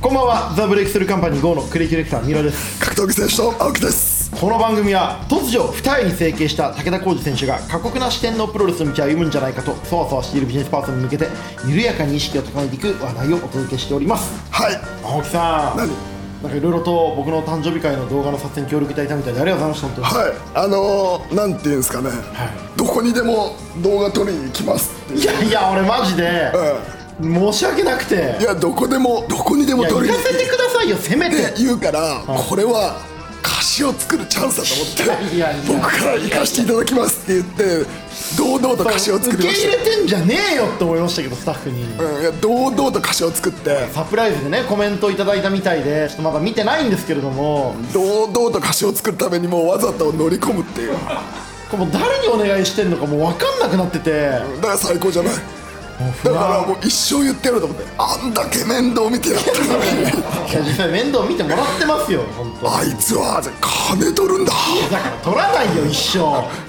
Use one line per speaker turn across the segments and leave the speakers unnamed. こんばんはザ・ブレイクスルーカンパニー GO のクリエイティブディレクター三浦です
格闘技選手の青木です
この番組は突如二重に成形した武田浩二選手が過酷な視点のプロレスの道を歩むんじゃないかとそわそわしているビジネスパーソンに向けて緩やかに意識を高めていく話題をお届けしております
はい
青木さん
何
なんかいろいろと僕の誕生日会の動画の撮影に協力いただいたみたいでありがとうございました本
はいあのー、なんていうんですかね、どこにでも動画撮りに行きますって
当にいやいや俺マジで、申し訳なくていや
いやどこでもどこにでも撮
行
りに
か
行く
せてくださいよせめて
って言うから、これは歌詞を作るチャンスだと思って
いやいやいや
僕から行かせていただきますって言って堂々と歌詞を作
受け
りま
入
し
れてんじゃねえよって思いましたけどスタッフに、
た、うん、いや堂々と歌詞を作って
サプライズでねコメントいただいたみたいでちょっとまだ見てないんですけれども
堂々と歌詞を作るためにもうわざと乗り込むっていうだ
これもう誰にお願いしてんのかもう分かんなくなってて
から最高じゃないだからもう一生言ってやろうと思ってあんだけ面倒見てやったの に
いや実際面倒見てもらってますよ本当。
あいつは金取るんだ
だから取らないよ一生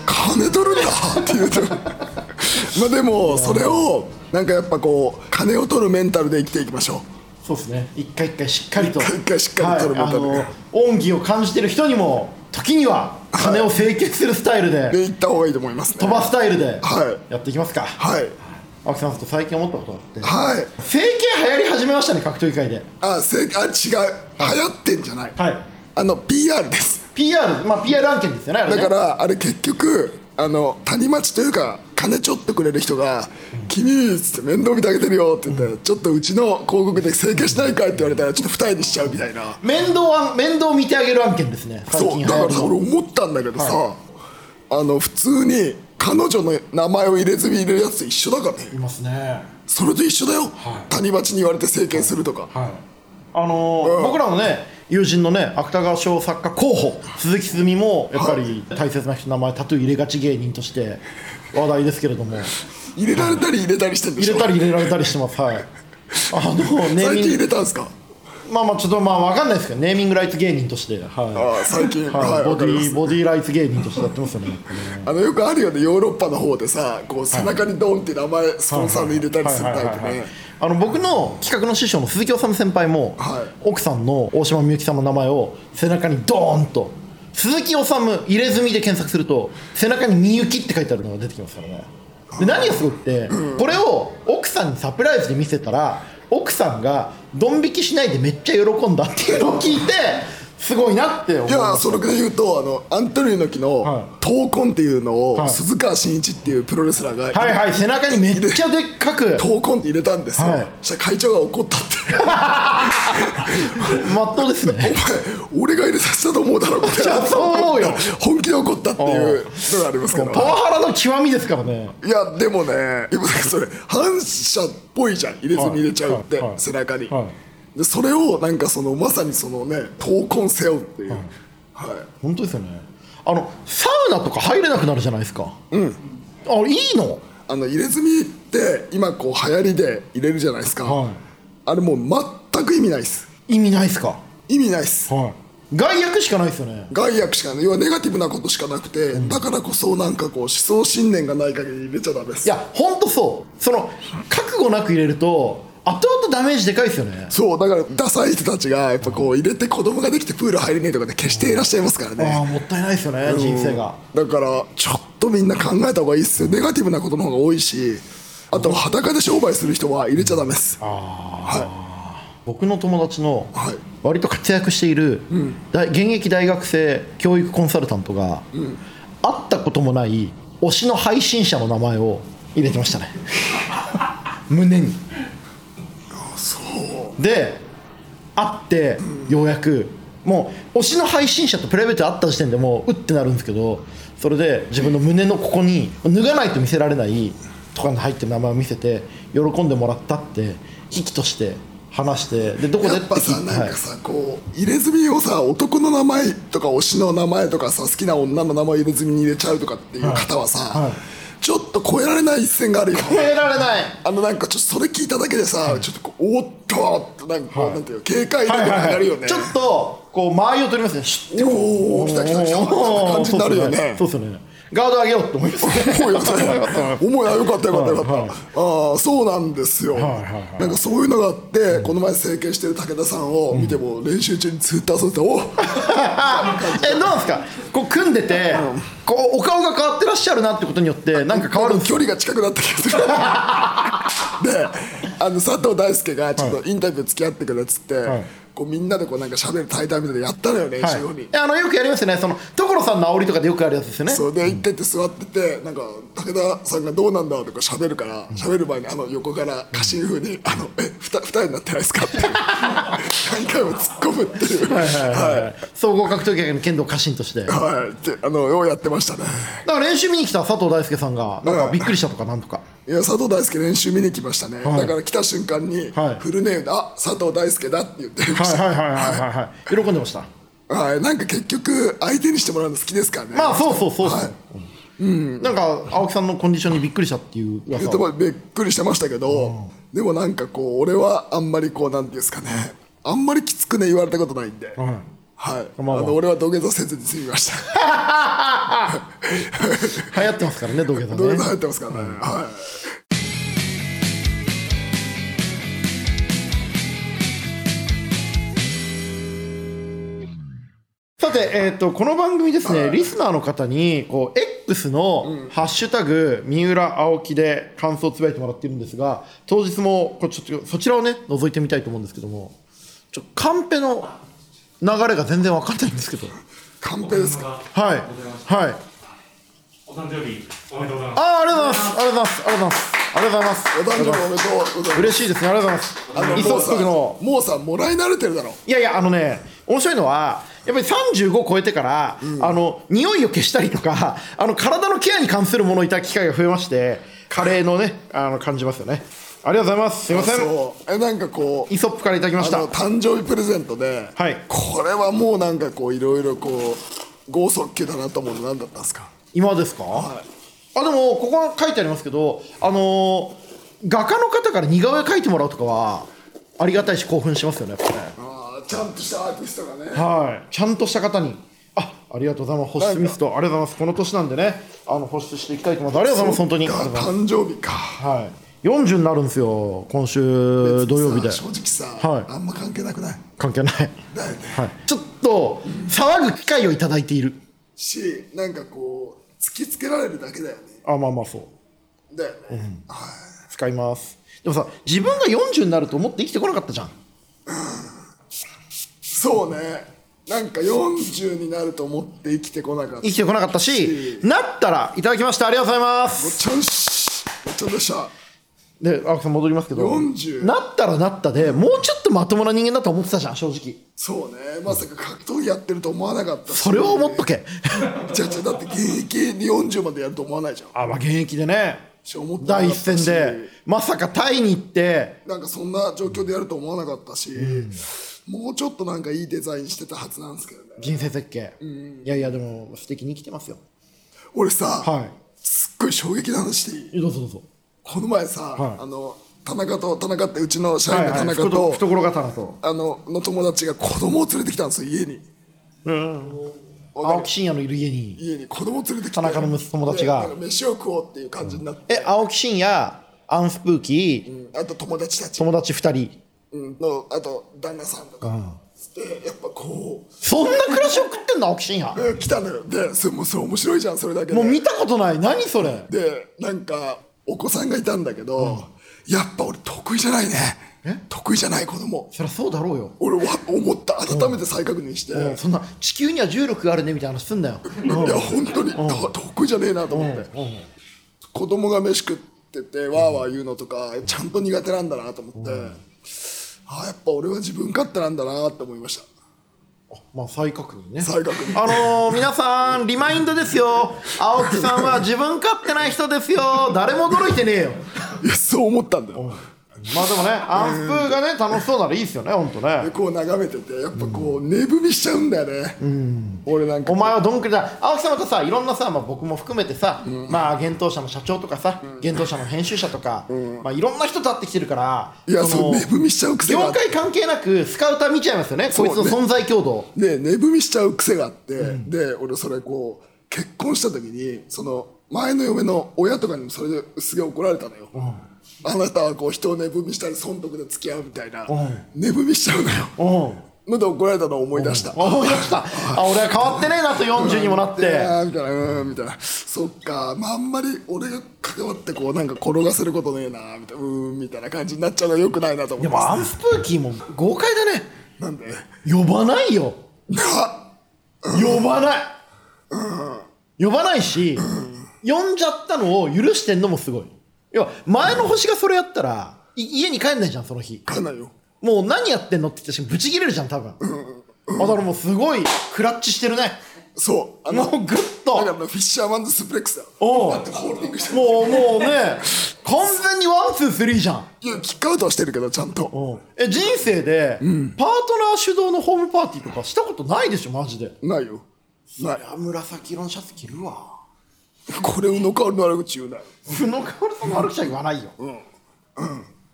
金取るんだって言うとまあでもそれをなんかやっぱこう金を取るメンタルで生きていきましょ
そうですね一回一回しっかりと
一回一回しっかり取る
はい、あ
メン
の
タル
恩義を感じてる人にも時には金を請求するスタイル
うで
で
行った方がいいと思いますね
飛ばスタイルで
は
やっていきますか
はい
青木さんちょっと最近思ったことがあって
はい
整形流行り始めましたね格闘技界で
あ正解あ違う流行ってんじゃない、
はい
あの PR です
PR まあ PR 案件ですよねあれね
だからあれ結局あの谷町というか金ちょっとくれる人が「君」っつって面倒見てあげてるよって言って、ちょっとうちの広告で整形しないかいって言われたらちょっと二重にしちゃうみたいな
面倒案面倒見てあげる案件ですね最
そ
近
う
流
だか
行
ら
り
さ
の
俺思ったんだけどさ、
は
あの普通に彼女の名前を入れずに入れるやつと一緒だからね
いますね
それと一緒だよ、
はい
谷町に言われて整形するとか、
はいあのー
うん
僕らのね友人のね芥川賞作家候補鈴木すみもやっぱり大切な人の名前タトゥー入れがち芸人として話題ですけれど も
入れられたり入れたりしてんでし
入
ょ
れたり入れられたりしてますはいあのネー ミ
最近入
ング
れたんですか
まあまあちょっとまあわかんないですけどネーミングライツ芸人として
あ
は
あ最近
い、
はい、
はい、ボ
わ
デ
かりま
ィ
す
ボディライツ芸人としてやってますよね
あのよくあるよねヨーロッパの方でさこう背中にドンって名前スポンサーで入れたりするタイプ
はいはいはい
ね
はいあの僕の企画の師匠の鈴木治先輩も、
はい
奥さんの大島美幸さんの名前を背中にドーンと鈴木治入れ墨で検索すると背中に「みゆき」って書いてあるのが出てきますからねで何がすごくって、これを奥さんにサプライズで見せたら奥さんがドン引きしないでめっちゃ喜んだっていうのを聞いてすごいなって思
い
い
や
ます
それで言うとあのアントニオ猪木
はい
の闘魂っていうの
は
を
い
鈴川真一っていうプロレスラーが
はいはい背中にめっちゃでっかく
闘魂って入れたんですよ、
はい
そしたら会長が怒ったって
まっとうですね
「お前俺が入れさせたと思うだろ」み たい
いや
な
そう思うよ
本気で怒ったっていうのがありますけ
パ
ど
ワハラの極みですからね
いやでもね今なんかそれ反射っぽいじゃん入れずに入れちゃうって、
はいはい
背中に、
は
でそれをなんかそのまさにそのね闘魂背負うっていう、はい
本当ですよねあのサウナとか入れなくなるじゃないですかうんあいいの
あの入れ墨って今こう流行りで入れるじゃないですか、
はい
あれもう全く意味ないです
意味ないですか
意味ないです
はい外役しかないですよね
害悪しかない要はネガティブなことしかなくて、だからこそなんかこう思想信念がない限り入れちゃダメです
いや本当そうその覚悟なく入れると後々ダメージでかいですよね
そうだからダサい人たちがやっぱこう入れて子供ができてプール入れねえとかで決していらっしゃいますから
あ
ね
あもったいないですよね人生が
だからちょっとみんな考えた方がいいっすよネガティブなことの方が多いしあと裸で商売する人は入れちゃダメです
僕の友達の
はい
割と活躍している大現役大学生教育コンサルタントが会ったこともない推しの配信者の名前を入れてましたね胸に
そう
で会ってようやくもう推しの配信者とプライベートで会った時点でもううってなるんですけどそれで自分の胸のここに脱がないと見せられないとかに入ってる名前を見せて喜んでもらったって生きとして話してでどこでっ
や
て
っぱさ
聞いて
なんかさ、こう入れ墨をさ男の名前とか推しの名前とかさ好きな女の名前を入れ墨に入れちゃうとかっていう方はさ、
はい
ちょっと超えられない一線があるよ
はい、超えられない
あのなんかちょっとそれ聞いただけでさ、ちょっとこうおっとってなんかこう、
はい
なんていうの警戒感が上がるよね、
ちょっとこう間合いを取りますねシュッ
おお来た来た来たみたいな 感じになるよね
そうですね。ガード上げようと思います。
思うよね思いはよかったよかったよか
は
っ
い
たああそうなんですよ
はいはい
なんかそういうのがあってこの前整形してる武田さんを見ても練習中にツイッターさせて お
え、どうなんですか。こう組んでて、こうお顔が変わってらっしゃるなってことによって、なんか変わるんです
距離が近くなった気がする であの佐藤大輔がちょっとインタビュー付き合ってくれっつって、
い
こうみんなでこうなんか喋る対談みたいなのやったのよ練
か。
習後に、
はい、あのよくやりますよね。その所さんの煽りとかでよくあるやつですよね。
そうで行ってって座っててなんか武田さんがどうなんだとか喋るから喋る前にあの横から家臣風に「あのえふた二重になってないですか?」っていう何回も突っ込むっていうはい
はいはい。総合格闘技の剣道家臣として。だか
はいってあのようやってましたね
ら練習見に来た佐藤大輔さんが、なん
は
か
い
びっくりしたとかなんとか。
いや佐藤大輔練習見に来ましたね、
い
だから来た瞬間に、
はい
フルネームで「あ佐藤大輔だ」って言ってま
は
し
い
た
はいはいはいはいはい。喜んでました。
はい、なんか結局相手にしてもらうの好きですからね。
まあそうそうそうそう。
はい
うん、なんか青木さんのコンディションにびっくりしたっていう噂
言
を
葉びっくりしてましたけど、でもなんかこう俺はあんまりこうなんていうんですかね、あんまりきつくね言われたことないんで、はい。
はい
あ
まあまあ
の俺は土下座せずに済みま した。
流行ってますからね土下座
土下
ね
座入ってますからね。は
さて、えー、とこの番組ですね、リスナーの方にこう X の「ハッシュタグ三浦青木」で感想をつぶやいてもらってるんですが当日もこうちょっとそちらをね覗いてみたいと思うんですけどもちょカンペの流れが全然わかんないんですけど
い。カンペですか。
はいはい
お誕生日おめでとうございます。
あーありがとうございますありがとうございますありがとうございますありがとうございます
お誕生日おめでとうございます。
嬉しいですねありがとうございます
も
磯
う
っ
さ
くの
もうさもらい慣れてるだろ。
いやいやあのね面白いのはやっぱり35超えてから、あの匂いを消したりとかあの体のケアに関するものをいただく機会が増えましてカレーのねあの感じますよねありがとうございますすいません
そう。えなんかこう。
イソップからいただきまし
あ
た
の誕生日プレゼントで、
はい
これはもうなんかこういろいろこう剛速球だなと思うの何だったんですか
今ですか、あでもここ書いてありますけどあのー画家の方から似顔絵描いてもらうとかはありがたいし興奮しますよねやっぱね
あーちゃんとしたアーティストがね
はい、ちゃんとした方に、あありがとうございます、保湿ミスト、ありがとうございます、この年なんでね、あの保湿していきたいと思います、ありがとうございます、本当に、ありがとうござい
誕生日か
ますはい、40になるんですよ、今週土曜日で、
さ正直さ、
はい
あんま関係なくない
関係ない、
だよね
はい、ちょっと騒ぐ機会をいただいている、
しなんかこう突きつけられるだけだよね
あまあまあ、そう、
だよね、はい
使います、でもさ、自分が40になると思って生きてこなかったじゃん、
そうねなんか40になると思って生きてこなかった
生きてこなかったし、なったら、いただきました、ありがとうございます。
ちょんしちょんでした
で青木さん戻りますけど
40
なったらなったでもうちょっとまともな人間だと思ってたじゃん正直
そうねまさか格闘技やってると思わなかったし
それを思っとけ
じゃあじゃあだって現役で40までやると思わないじゃん
あまあ現役でね
し思ってなか
第
っ
一
た
線
し
でまさかタイに行って
なんかそんな状況でやると思わなかったし、もうちょっとなんかいいデザインしてたはずなんですけどね
人生設計いやいやでも素敵に生きてますよ
俺さ、
は
すっごい衝撃な話でいい
いどうぞどうぞ
この前さ、
はい
あの田中と田中ってうちの社
はい
員の
は
田
い
中と、
懐懐刀と
あのの友達が子供を連れてきたんですよ家にわか
青
る
木真也のいる家に
家に子供を連れてきて
田中の友達が
でなんか飯を食おうっていう感じになって、
え青木真也アンスプーキー
あと友達たち
友達2人
うんのあと旦那さんとか、でやっぱこ
そんな暮らしを食ってんの青木真
う、
也
え来たのよでそれもうそれ面白いじゃんそれだけで
もう見たことない何それ
でなんかお子さんがいたんだけど、やっぱ俺得意じゃないね得意じゃない子供
そりゃそうだろうよ
俺は思った改めて再確認して、
うんそんな地球には重力があるねみたいな話すんだよ
いや本当に、と得意じゃねえなと思って、子供が飯食っててわーわー言うのとかちゃんと苦手なんだなと思って、ああやっぱ俺は自分勝手なんだなって思いました
まあ再確認ね
再確認
あのー、皆さんリマインドですよ青木さんは自分勝手ない人ですよ誰も驚いてねえよ
いやそう思ったんだよ、
まあでもね、アンスプーがね、楽しそうならいいですよね、ほんとね
で。こう眺めててやっぱこう寝踏みしちゃうんだよね、俺なんか
お前はどんくらいだ青木様とさいろんなさ、まあ、僕も含めてさ、まあ幻冬舎の社長とかさ、幻冬舎の編集者とか、まあ、いろんな人と会ってきてるから
いや
その
そう寝踏みしちゃう癖があ
業
って
界関係なくスカウター見ちゃいますよねこ
う
いつの存在強度
で寝踏みしちゃう癖があって、で俺それこう結婚した時にその前の嫁の親とかにもそれですげえ怒られたのよ、あなたはこう人を寝踏みしたり損得で付き合うみたいな、寝踏みしちゃうのよ、
うん
ので怒られたのを思い出した、
思い出したあ俺は変わってねえなと40にも なっ
い
て
やーみたいなうんみたいなそっか、まあ、あんまり俺が関わってこうなんか転がせることねえなみたいなうんみたいな感じになっちゃうのはよくないなと思
で
って
もア
ま
ンスプーキーも豪快だね
すなんで
呼ばないよ
あ
呼ばない呼ばないし呼んじゃったのを許してんのもすごいいや前の星がそれやったらい家に帰んないじゃんその日
かんないよ
もう何やってんのって言った瞬間ブチ切れるじゃん多分あだからもうすごいクラッチしてるね
そうあ
も
の
う
だ
グッと
からあのフィッシャーマンズスプレックスだ
おう
だってホールディングしてる
もうもうね完全にワンツースリーじゃん
いやキックアウトはしてるけどちゃんと
え人生で、パートナー主導のホームパーティーとかしたことないでしょマジで
ないよない
あ紫色のシャツ着るわ
これをノカウルの悪口言うなよ
布の香りさんの歩きちゃ言わないよ、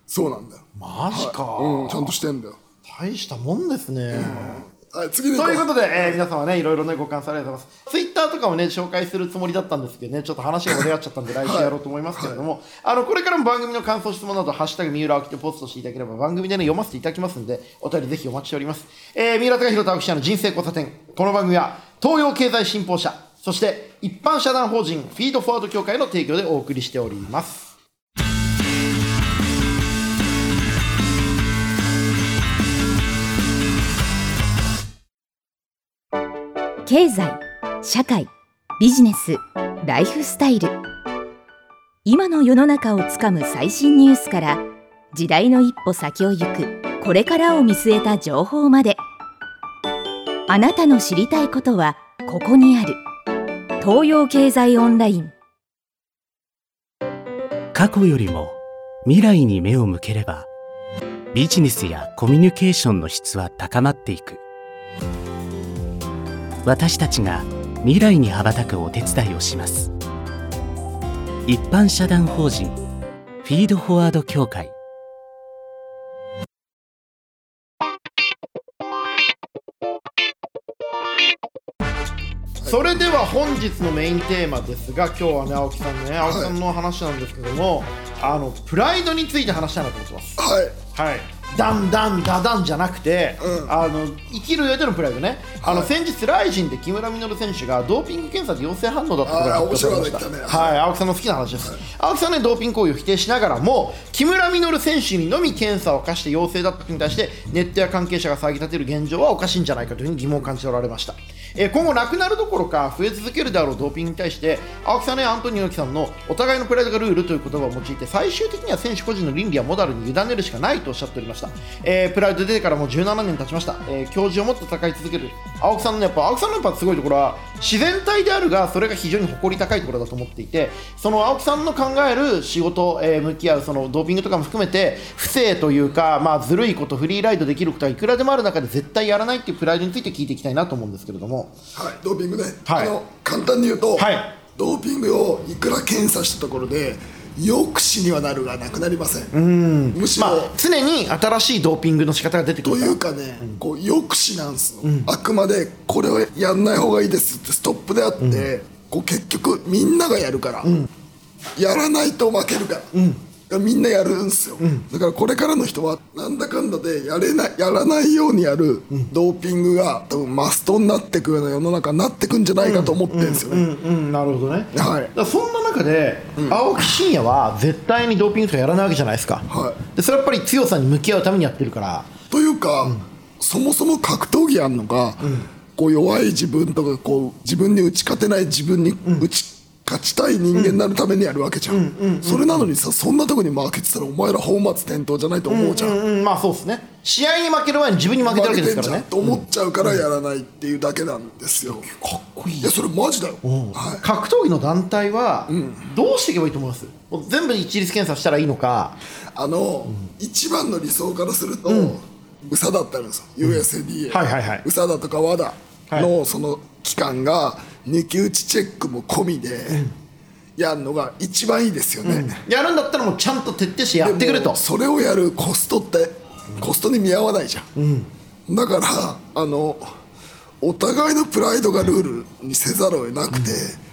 そうなんだよ
マジか、
うんちゃんとしてんだよ
大したもんですね、
はい次に行
という
こ
こ
う
とで、えー皆様ね、いろいろね、ご感想ありがとうございます。ツイッターとかもね、紹介するつもりだったんですけどね、ちょっと話が盛り上がっちゃったんで、来週やろうと思いますけれども、あの、これからも番組の感想、質問など、ハッシュタグ、三浦青木でポストしていただければ、番組でね、読ませていただきますので、お便りぜひお待ちしております。えー、三浦貴弘と青木記者の人生交差点。この番組は、東洋経済新報社、そして、一般社団法人、フィードフォワード協会の提供でお送りしております。
経済社会ビジネスライフスタイル今の世の中をつかむ最新ニュースから時代の一歩先を行くこれからを見据えた情報まであなたの知りたいことはここにある東洋経済オンライン
過去よりも未来に目を向ければビジネスやコミュニケーションの質は高まっていく私たちが未来に羽ばたくお手伝いをします一般社団法人フィードフォワード協会
それでは本日のメインテーマですが今日はね青木さんのね青木さんの話なんですけども、あのプライドについて話したいなと思ってます
はい
はいダンダンダダンじゃなくて、
うん
あの生きる上でのプライドね、あの
はい
先日ライジンで木村実選手がドーピング検査で陽性反応だったことが
あ
発
ー
表されました
面白いこと言ったね
はい青木さんの好きな話です、青木さんねドーピング行為を否定しながらも木村実選手にのみ検査を課して陽性だったことに対してネットや関係者が騒ぎ立てる現状はおかしいんじゃないかというふうに疑問を感じておられました、えー今後なくなるどころか増え続けるであろうドーピングに対して青木さんねアントニオ猪木さんのお互いのプライドがルールという言葉を用いて最終的には選手個人の倫理やモダルに委ねるしかないとおっしゃっておりました、えープライド出てからもう17年経ちました、えー教授をもっと戦い続ける青木さんのねやっぱ青木さんのやっぱすごいところは自然体であるがそれが非常に誇り高いところだと思っていてその青木さんの考える仕事、えー向き合うそのドーピングとかも含めて不正というか、まあ、ずるいことフリーライドできることはいくらでもある中で絶対やらないっていうプライドについて聞いていきたいなと思うんですけれども
はい、ドーピングね、
はい
あの簡単に言うと、
はい
ドーピングをいくら検査したところで抑止にはなるがなくなりませんむしろ、
まあ常に新しいドーピングの仕方が出てく
と
る
い
から
うかね、こう抑止なんですよ、あくまでこれはやんない方がいいですってストップであって、こう結局みんながやるから、やらないと負けるから,、みんなやるんですよ、だからこれからの人はなんだかんだでやれないやらないようにやるドーピングが多分マストになってくような世の中になってくんじゃないかと思ってるんですよね、
うんうんなるほどね、
はい
だからそんな中で、青木真也は絶対にドーピングとかやらないわけじゃないですか、
はい
でそれはやっぱり強さに向き合うためにやってるから
というか、そもそも格闘技やんのが、こう弱い自分とかこう自分に打ち勝てない自分に打ち勝ちたい人間になるためにやるわけじゃんそれなのにさそんなとこに負けてたらお前ら本末転倒じゃないと思うじゃん、
うんうんまあそうですね試合に負ける前に自分に負けてるわけですからね
と思っちゃうからやらないっていうだけなんですよ、かっこいいいやそれマジだよ、はい、
格闘技の団体はどうしていけばいいと思いますもう全部一律検査したらいいのか
あの、一番の理想からすると、ウサだったんですよ USDA、
はいはいはい
ウサだとかワダ
は
のその期間が抜き打ちチェックも込みでやるのが一番いいですよね、
やるんだったらもうちゃんと徹底してやってくれ
で
と
もそれをやるコストってコストに見合わないじゃん、だからあのお互いのプライドがルールにせざるを得なくて、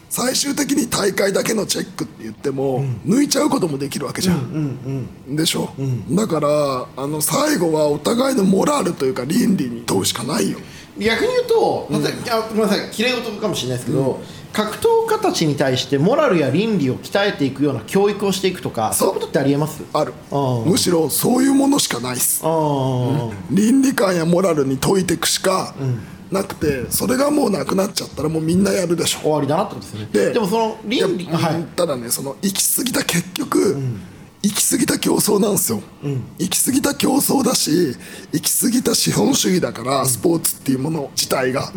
最終的に大会だけのチェックって言っても、抜いちゃうこともできるわけじゃん、でしょ、だからあの最後はお互いのモラルというか倫理に問うしかないよ
逆に言うと、例えばあごめんなさいきれい事かもしれないですけど、格闘家たちに対してモラルや倫理を鍛えていくような教育をしていくとかそういうことってありえます
ある
あ
むしろそういうものしかないっす
あー、
倫理観やモラルに解いていくしかなくて、それがもうなくなっちゃったらもうみんなやるでしょ
終わりだなってことですねでもその倫理
いや
はい
ただねその行き過ぎた結局、行き過ぎた競争なんですよ、行き過ぎた競争だし行き過ぎた資本主義だから、スポーツっていうもの自体が、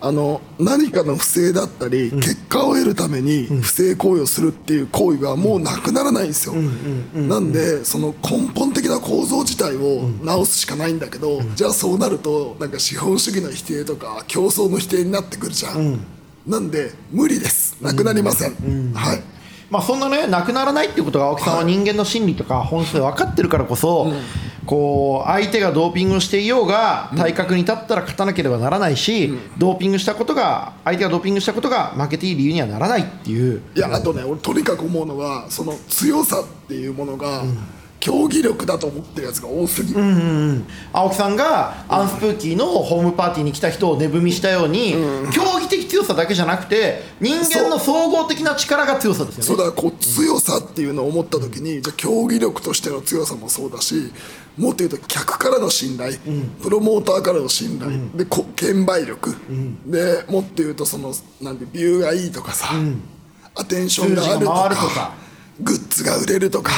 あの何かの不正だったり、結果を得るために不正行為をするっていう行為がもうなくならないんですよ、なんでその根本的な構造自体を直すしかないんだけど、じゃあそうなるとなんか資本主義の否定とか競争の否定になってくるじゃんなんで無理ですなくなりません、はい
まあそんなねなくならないっていうことが青木さんは人間の心理とか本質で分かってるからこそ、こう相手がドーピングをしていようが体格に立ったら勝たなければならないし、ドーピングしたことが相手がドーピングしたことが負けていい理由にはならないっていう
いやあとね俺とにかく思うのはその強さっていうものが、競技力だと思ってるやつが多すぎる、
青木さんがアンスプーキーのホームパーティーに来た人を寝踏みしたように、競技的強さだけじゃなくて人間の総合的な力が強さです
そ
よ
う
ね
だからこう強さっていうのを思った時にじゃあ競技力としての強さもそうだしもっと言うと客からの信頼、プロモーターからの信頼、でこ券売力、でもっと言うとそのなんてビューがいいとかさ、アテンションがある
数字
と
が
か
回るとか
グッズが売れるとか。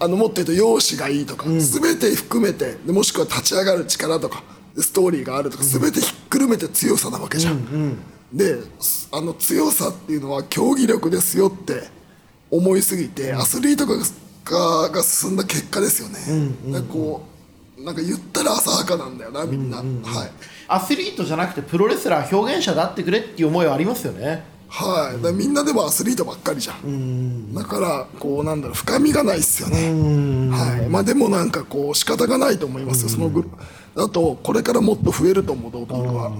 あのもっと言うと容姿がいいとか、全て含めてでもしくは立ち上がる力とかでストーリーがあるとか全てひっくるめて強さなわけじゃん、ですあの強さっていうのは競技力ですよって思いすぎてアスリートががが進んだ結果ですよね、なんかこうなんか言ったら浅はかなんだよなみんな、はい
アスリートじゃなくてプロレスラー表現者であってくれっていう思いはありますよね
はい、だからみんなでもアスリートばっかりじゃん、だからこうなんだろう深みがないっすよね、はいまあ、でもなんかこう仕方がないと思いますよ、そのグルあとこれからもっと増えると思うドーピングは、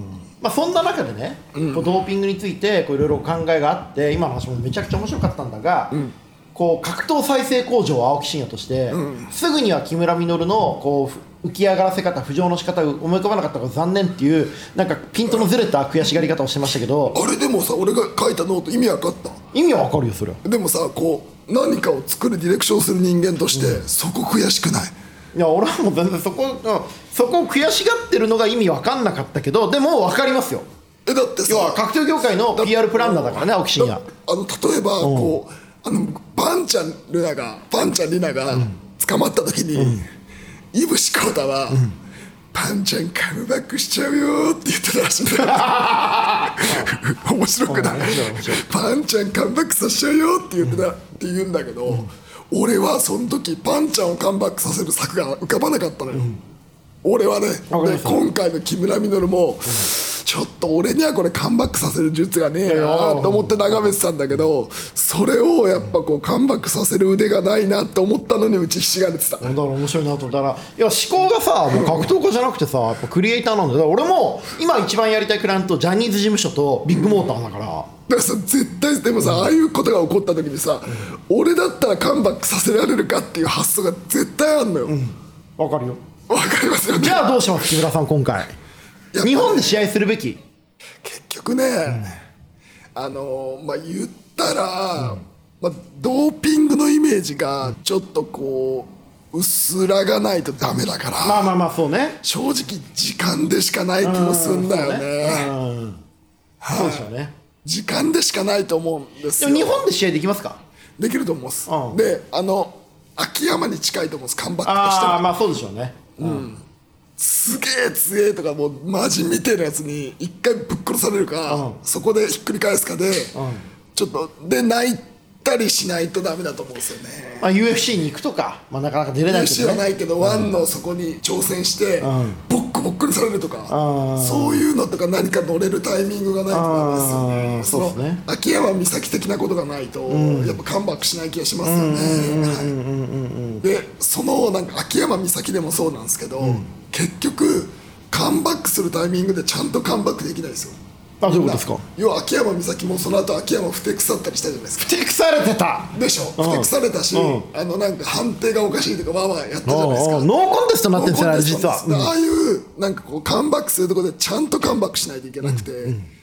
まあ、そんな中でね、こうドーピングについてこういろいろ考えがあって今の話もめちゃくちゃ面白かったんだが、こう格闘再生工場を青木真也として、すぐには木村稔のこうふ浮き上がらせ方浮上の仕方が思い浮かばなかったから残念っていうなんかピントのずれた悔しがり方をしてましたけど
あれでもさ俺が書いたノート意味わかった
意味はわかるよそれは
でもさこう何かを作るディレクションする人間として、そこ悔しくない
いや俺はもう全然そこ、うんそこを悔しがってるのが意味わかんなかったけどでもわかりますよ
えだってさ
要は格闘業界の PR プランナーだからね青木真也
あの例えばこう、あのバンちゃんルナがバンちゃんリナが捕まった時に、イブシコータは、パンちゃんカムバックしちゃうよーって言ってたらしいんだ よ面白くないパンちゃんカムバックさせちゃうよって言ってた、って言うんだけど、俺はその時パンちゃんをカムバックさせる策が浮かばなかったのよ、俺はねで
かりました
今回の木村稔も、ちょっと俺にはこれカムバックさせる術がねえなーと思って眺めてたんだけどそれをやっぱこうカムバックさせる腕がないなって思ったのに打ちひしがれてた
だから面白いなとだからいや思考がさもう格闘家じゃなくてさやっぱクリエイターなんだよだから俺も今一番やりたいクライアントジャニーズ事務所とビッグモーターだから、
だからさ絶対でもさ、ああいうことが起こった時にさ、俺だったらカムバックさせられるかっていう発想が絶対あんのよ、
わかるよ
わかりますよね
じゃあどうします木村さん今回
や
日本で試合するべき
結局ね、あのーまあ言ったら、まあ、ドーピングのイメージがちょっとこう薄らがないとダメだから、
まあまあまあそうね
正直時間でしかない気もすんだよね
そうでしょうね
時間でしかないと思うんです
で
よ
も日本で試合できますか
できると思うんです、
うん
であの秋山に近いと思うんですカンバックとして
ああ
も
まあそうでしょうね
すげえ強えとかもうマジ見てるやつに一回ぶっ殺されるか、
うん
そこでひっくり返すかで、ちょっとで泣いたりしないとダメだと思うんですよね
まあ、UFC に行くとか、まあ、なかなか出れないけ
知ら
ど、
な
ね、
いけど、ワンのそこに挑戦して、
ん
ボッコボッコにされるとか、
うん
そういうのとか何か乗れるタイミングがないとダメですよね,、
うんそうですね
の秋山美咲的なことがないと、やっぱカムバックしない気がしますよね、はい、でそのなんか秋山美咲でもそうなんですけど、結局カムバックするタイミングでちゃんとカムバックできないですよ
あどういうことですか
要は秋山美咲もその後秋山ふてくさったりしたじゃないですか
手腐れてた
でしょ、
うん
ふてくされたし、
うん
あのなんか判定がおかしいとかわーわーやったじゃないです
おうお
か
うノーコンテストになってるんですよねあれ実は、
ああいうなんかこうカムバックするところでちゃんとカムバックしないといけなくて、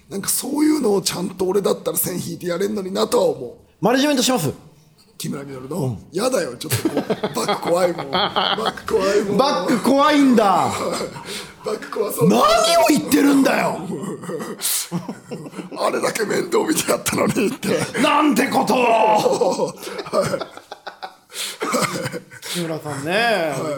なんかそういうのをちゃんと俺だったら線引いてやれんのになとは思う
マネジメントします
木村稔の、やだよちょっとこうバック怖い もんバック怖いもん
バック怖いんだ
バック怖そう
何を言ってるんだよ
あれだけ面倒見てやったのにって
なんてことを
はい
木村さんね、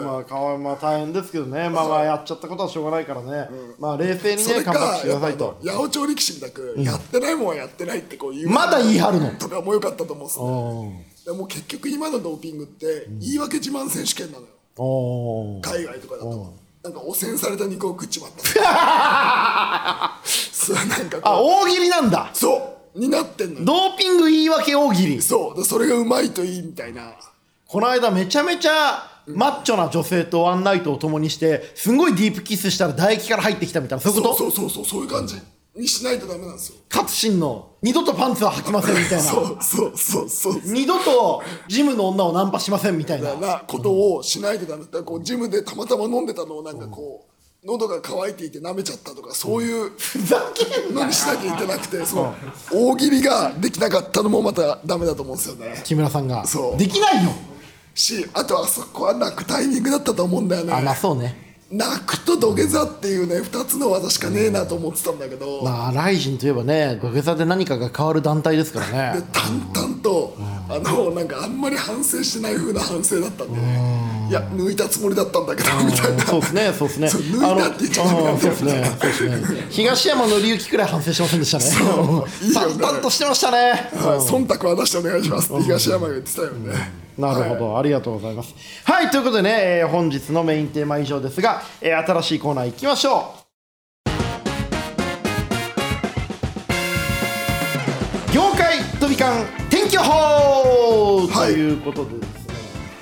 まあ顔まあ大変ですけどね、まあまあやっちゃったことはしょうがないからね、まあ冷静に
そ
ね
れか
感覚してく
や
だ
っ
さ
ぱ
いと
八百長力士みたく、やってないもんはやってないってこう言う
まだ言い張るの
とかも良かったと思うんですよねでも結局今のドーピングって言い訳自慢選手権なのよ
おー
海外とかだとなんか汚染された肉を食っちまったそうなんか
あ
こ
大喜利なんだ
うそうになってんのよ
ドーピング言い訳大喜利
そうでそれがうまいといいみたいな
この間めちゃめちゃマッチョな女性とワンナイトを共にしてすんごいディープキスしたら唾液から入ってきたみたいなそういうこと
そうそうそうそうそういう感じにしないとダメなんですよ
勝新の二度とパンツは履きませんみたいな
そうそうそうそう
二度とジムの女をナンパしませんみたい
み
な
たいなことをしないとダメだからこうジムでたまたま飲んでたのをなんかこう喉が渇いていて舐めちゃったとかそういう
ふざけんな
のにしなきゃいけなくてその大喜利ができなかったのもまたダメだと思うんですよね
木村さんが
そう
できないよ
しあとあそこは泣くタイミングだったと思うんだよね
あまあそうね
泣くと土下座っていうね2つの技しかねえなと思ってたんだけど
まあライジンといえばね土下座で何かが変わる団体ですから
で
ね
淡々とあのなんかあんまり反省してない風な反省だったんでねいや抜いたつもりだったんだけどみたいな
そうですねそうです
そう
ね
抜いたって言っちゃダメ
あ
な
の
ん
そうで
だよ
すねそうですね東山紀之くらい反省しませんでしたね
いいよね
淡々としてましたね
はい忖度は出してお願いしますって東山が言ってたよね。
なるほど、ありがとうございます。はい、ということでね、えー本日のメインテーマ以上ですが、えー新しいコーナー行きましょう。業界飛び交う天気予報、
はい
ということでですね。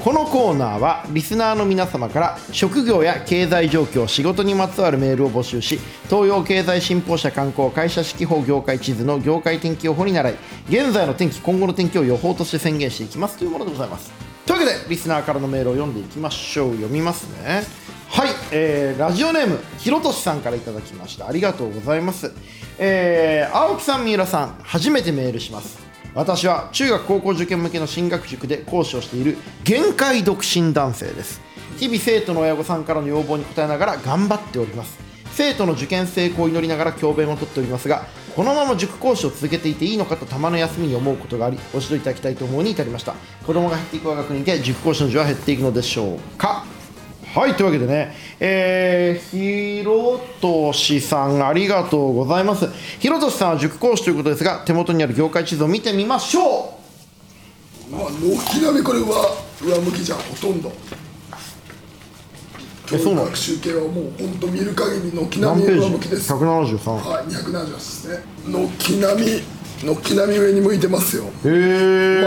このコーナーはリスナーの皆様から職業や経済状況仕事にまつわるメールを募集し東洋経済新報社観光会社四季報業界地図の業界天気予報に習い現在の天気今後の天気を予報として宣言していきますというものでございますというわけでリスナーからのメールを読んでいきましょう読みますねはい、えーラジオネームひろとしさんからいただきましたありがとうございます、えー青木さん三浦さん初めてメールします私は中学高校受験向けの進学塾で講師をしている限界独身男性です日々生徒の親御さんからの要望に応えながら頑張っております生徒の受験成功を祈りながら教鞭をとっておりますがこのまま塾講師を続けていていいのかとたまの休みに思うことがありご指導いただきたいと思うに至りました子供が減っていく我が国で塾講師の需要は減っていくのでしょうかはいというわけでね、えー、ひろとしさん、ありがとうございます。ひろとしさんは塾講師ということですが、手元にある業界地図を見てみましょ
まあ軒並みこれは上向きじゃんほとんど。
えそうなの
学習系はもう本当見る限り軒
う。
並み上向きです。はい
?173。
278ですね。軒並み軒並み上に向いてます
へ
よ。ま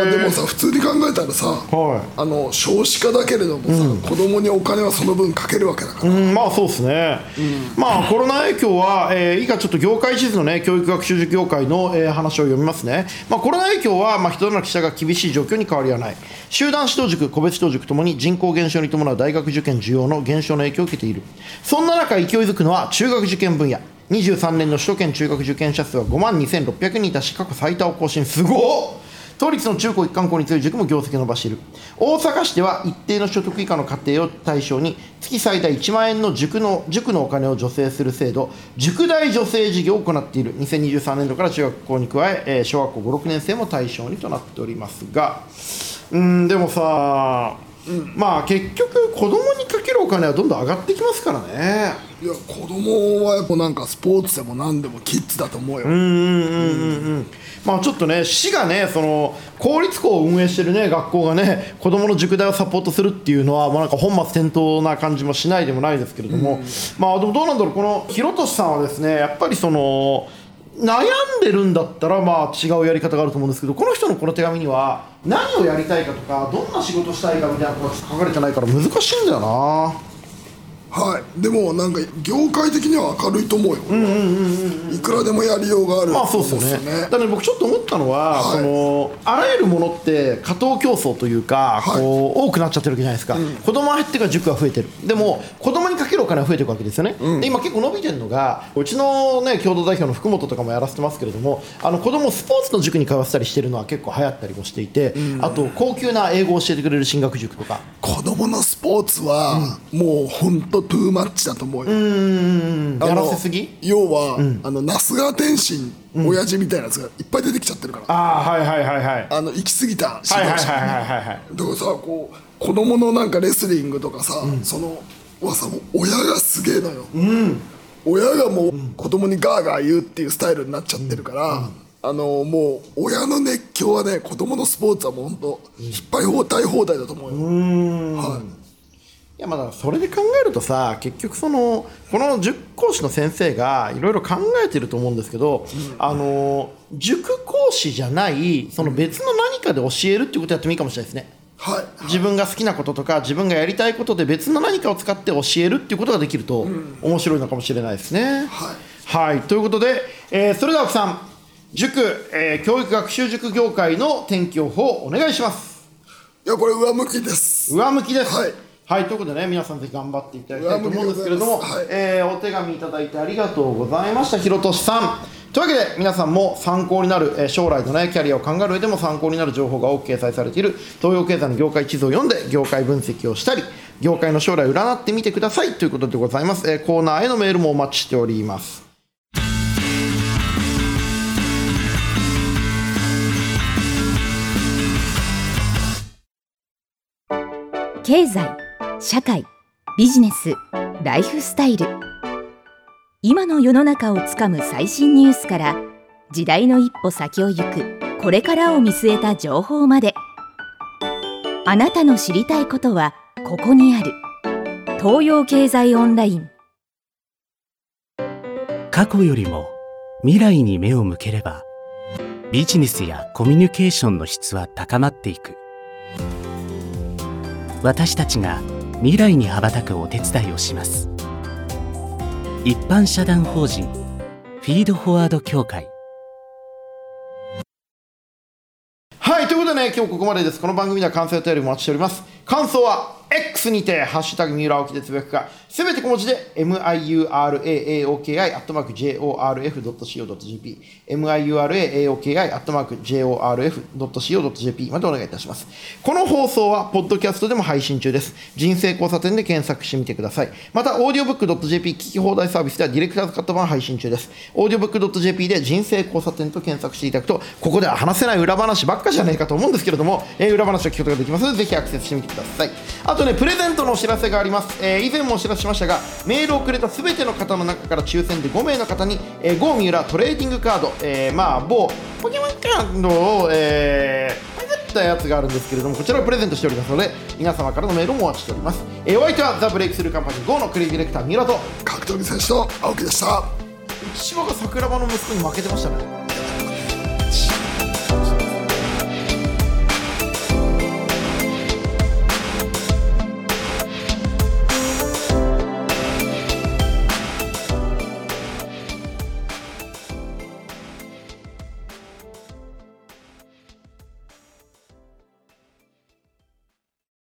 あで
ー。
もさ普通に考えたらさ、
はい
あの少子化だけれどもさ、子供にお金はその分かけるわけだから。
うん、まあそうですね、まあコロナ影響は、えー以下ちょっと業界地図のね教育学習塾業界の、えー話を読みますね、まあ、コロナ影響は、まあ、人の記者が厳しい状況に変わりはない集団指導塾個別指導塾ともに人口減少に伴う大学受験需要の減少の影響を受けているそんな中勢いづくのは中学受験分野23年の首都圏中学受験者数は5万2600人いたし過去最多を更新すごっ当立の中高一貫校に強い塾も業績を伸ばしている大阪市では一定の所得以下の家庭を対象に月最大1万円の塾の塾のお金を助成する制度塾代助成事業を行っている2023年度から中学校に加ええー小学校56年生も対象にとなっておりますがうんでもさまあ結局子供にかけるお金はどんどん上がってきますからね
いや子供はやっぱなんかスポーツでも何でもキッズだと思うよ、
まあちょっとね市がねその公立校を運営してるね学校がね子どもの塾代をサポートするっていうのはもうなんか本末転倒な感じもしないでもないですけれども、まあでもどうなんだろうこのひろとしさんはですねやっぱりその悩んでるんだったらまあ違うやり方があると思うんですけどこの人のこの手紙には何をやりたいかとかどんな仕事したいかみたいなことが書かれてないから難しいんだよな。
はいでもなんか業界的には明るいと思うよ、いくらでもやりようがある
まあそうですよね
と思うん
だから僕ちょっと思ったのは、
は
そ
い
のあらゆるものって過当競争というか、
はい
こう多くなっちゃってるわけじゃないですか、子供は減ってから塾が増えてるでも子供にかけるお金は増えていくわけですよね、で今結構伸びてるのがうちの、ね、共同代表の福本とかもやらせてますけれどもあの子供をスポーツの塾に通わせたりしてるのは結構流行ったりもしていて、あと高級な英語を教えてくれる進学塾とか
子供のスポーツは、もうほんとトゥーマッチだと思うよ、あの
やらせすぎ
要は、あの那須川天心、親父みたいなやつがいっぱい出てきちゃってるから
ああはいはいはいはい
あの行き過ぎた
はいはい
者
はいはいはいはい
だからさこう子供のなんかレスリングとかさ、そのはさもう親がすげえのよ、親がもう子供にガーガー言うっていうスタイルになっちゃってるから、あのもう親の熱狂はね子供のスポーツはもうほんと引っ張り放題放題だと思うよ、はい
いやまあだからそれで考えるとさ結局そのこの塾講師の先生がいろいろ考えてると思うんですけど、あの塾講師じゃないその別の何かで教えるっていうことやってもいいかもしれないですね
はい
自分が好きなこととか自分がやりたいことで別の何かを使って教えるっていうことができると面白いのかもしれないですね。はい、ということで、えーそれでは奥さん塾、えー教育学習塾業界の天気予報お願いします。
いやこれ上向きです
上向きです。は
はいい、
ということでね、皆さんぜひ頑張っていただきたいと思うんですけれど
上
も、
向きでございますは
えーお手紙いただいてありがとうございました、ひろとしさん。というわけで、皆さんも参考になる、えー将来のね、キャリアを考える上でも参考になる情報が多く掲載されている、東洋経済の業界地図を読んで、業界分析をしたり、業界の将来を占ってみてくださいということでございます。えーコーナーへのメールもお待ちしております。
経済社会ビジネスライフスタイル今の世の中をつかむ最新ニュースから時代の一歩先を行くこれからを見据えた情報まであなたの知りたいことはここにある東洋経済オンライン
過去よりも未来に目を向ければビジネスやコミュニケーションの質は高まっていく私たちが未来に羽ばたくお手伝いをします一般社団法人フィードフォワード協会
はい、ということでね、今日ここまでです。この番組では感想やお便りもお待ちしております。感想は X にて、ハッシュタグ三浦青木でつぶやくか、すべて小文字で、miuraoki、アットマーク jorf.co.jp、miuraoki、アットマーク jorf.co.jp までお願いいたします。この放送は、ポッドキャストでも配信中です。人生交差点で検索してみてください。また、audiobook.jp 聞き放題サービスでは、ディレクターズカット版配信中です。audiobook.jp で人生交差点と検索していただくと、ここでは話せない裏話ばっかじゃないかと思うんですけれども、えー裏話を聞くことができますので、ぜひアクセスしてみてください。あとね、プレゼントのお知らせがあります。えー以前もお知らせしましたが、メールをくれたすべての方の中から抽選で5名の方に、えー、ゴーミュラトレーディングカード、えーまあ、某ポケモンカードを、えー、作ったやつがあるんですけれども、こちらをプレゼントしておりますので、皆様からのメールもお待ちしております。えー、お相手は、ザ・ブレイクスルーカンパニー GO のクリエイティブディレクター、三浦と、
格闘技選手の青木でした
千葉が桜庭の息子に負けてましたね。